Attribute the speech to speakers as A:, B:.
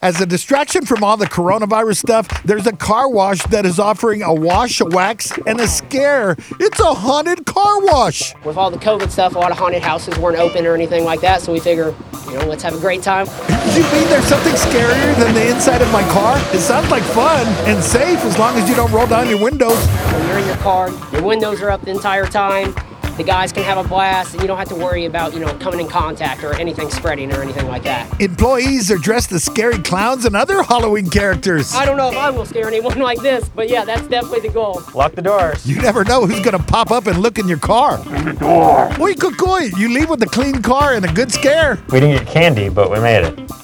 A: As a distraction from all the coronavirus stuff, there's a car wash that is offering a wash, a wax, and a scare. It's a haunted car wash.
B: With all the COVID stuff, a lot of haunted houses weren't open or anything like that, so we figure, you know, let's have a great time.
A: Did you mean there's something scarier than the inside of my car? It sounds like fun and safe as long as you don't roll down your windows.
B: When you're in your car, your windows are up the entire time. The guys can have a blast, and you don't have to worry about, you know, coming in contact or anything spreading or anything like that.
A: Employees are dressed as scary clowns and other Halloween characters.
B: I don't know if I will scare anyone like this, but yeah, that's definitely the goal.
C: Lock the doors.
A: You never know who's going to pop up and look in your car. Open the door. Uy, cucuy, you leave with a clean car and a good scare.
C: We didn't get candy, but we made it.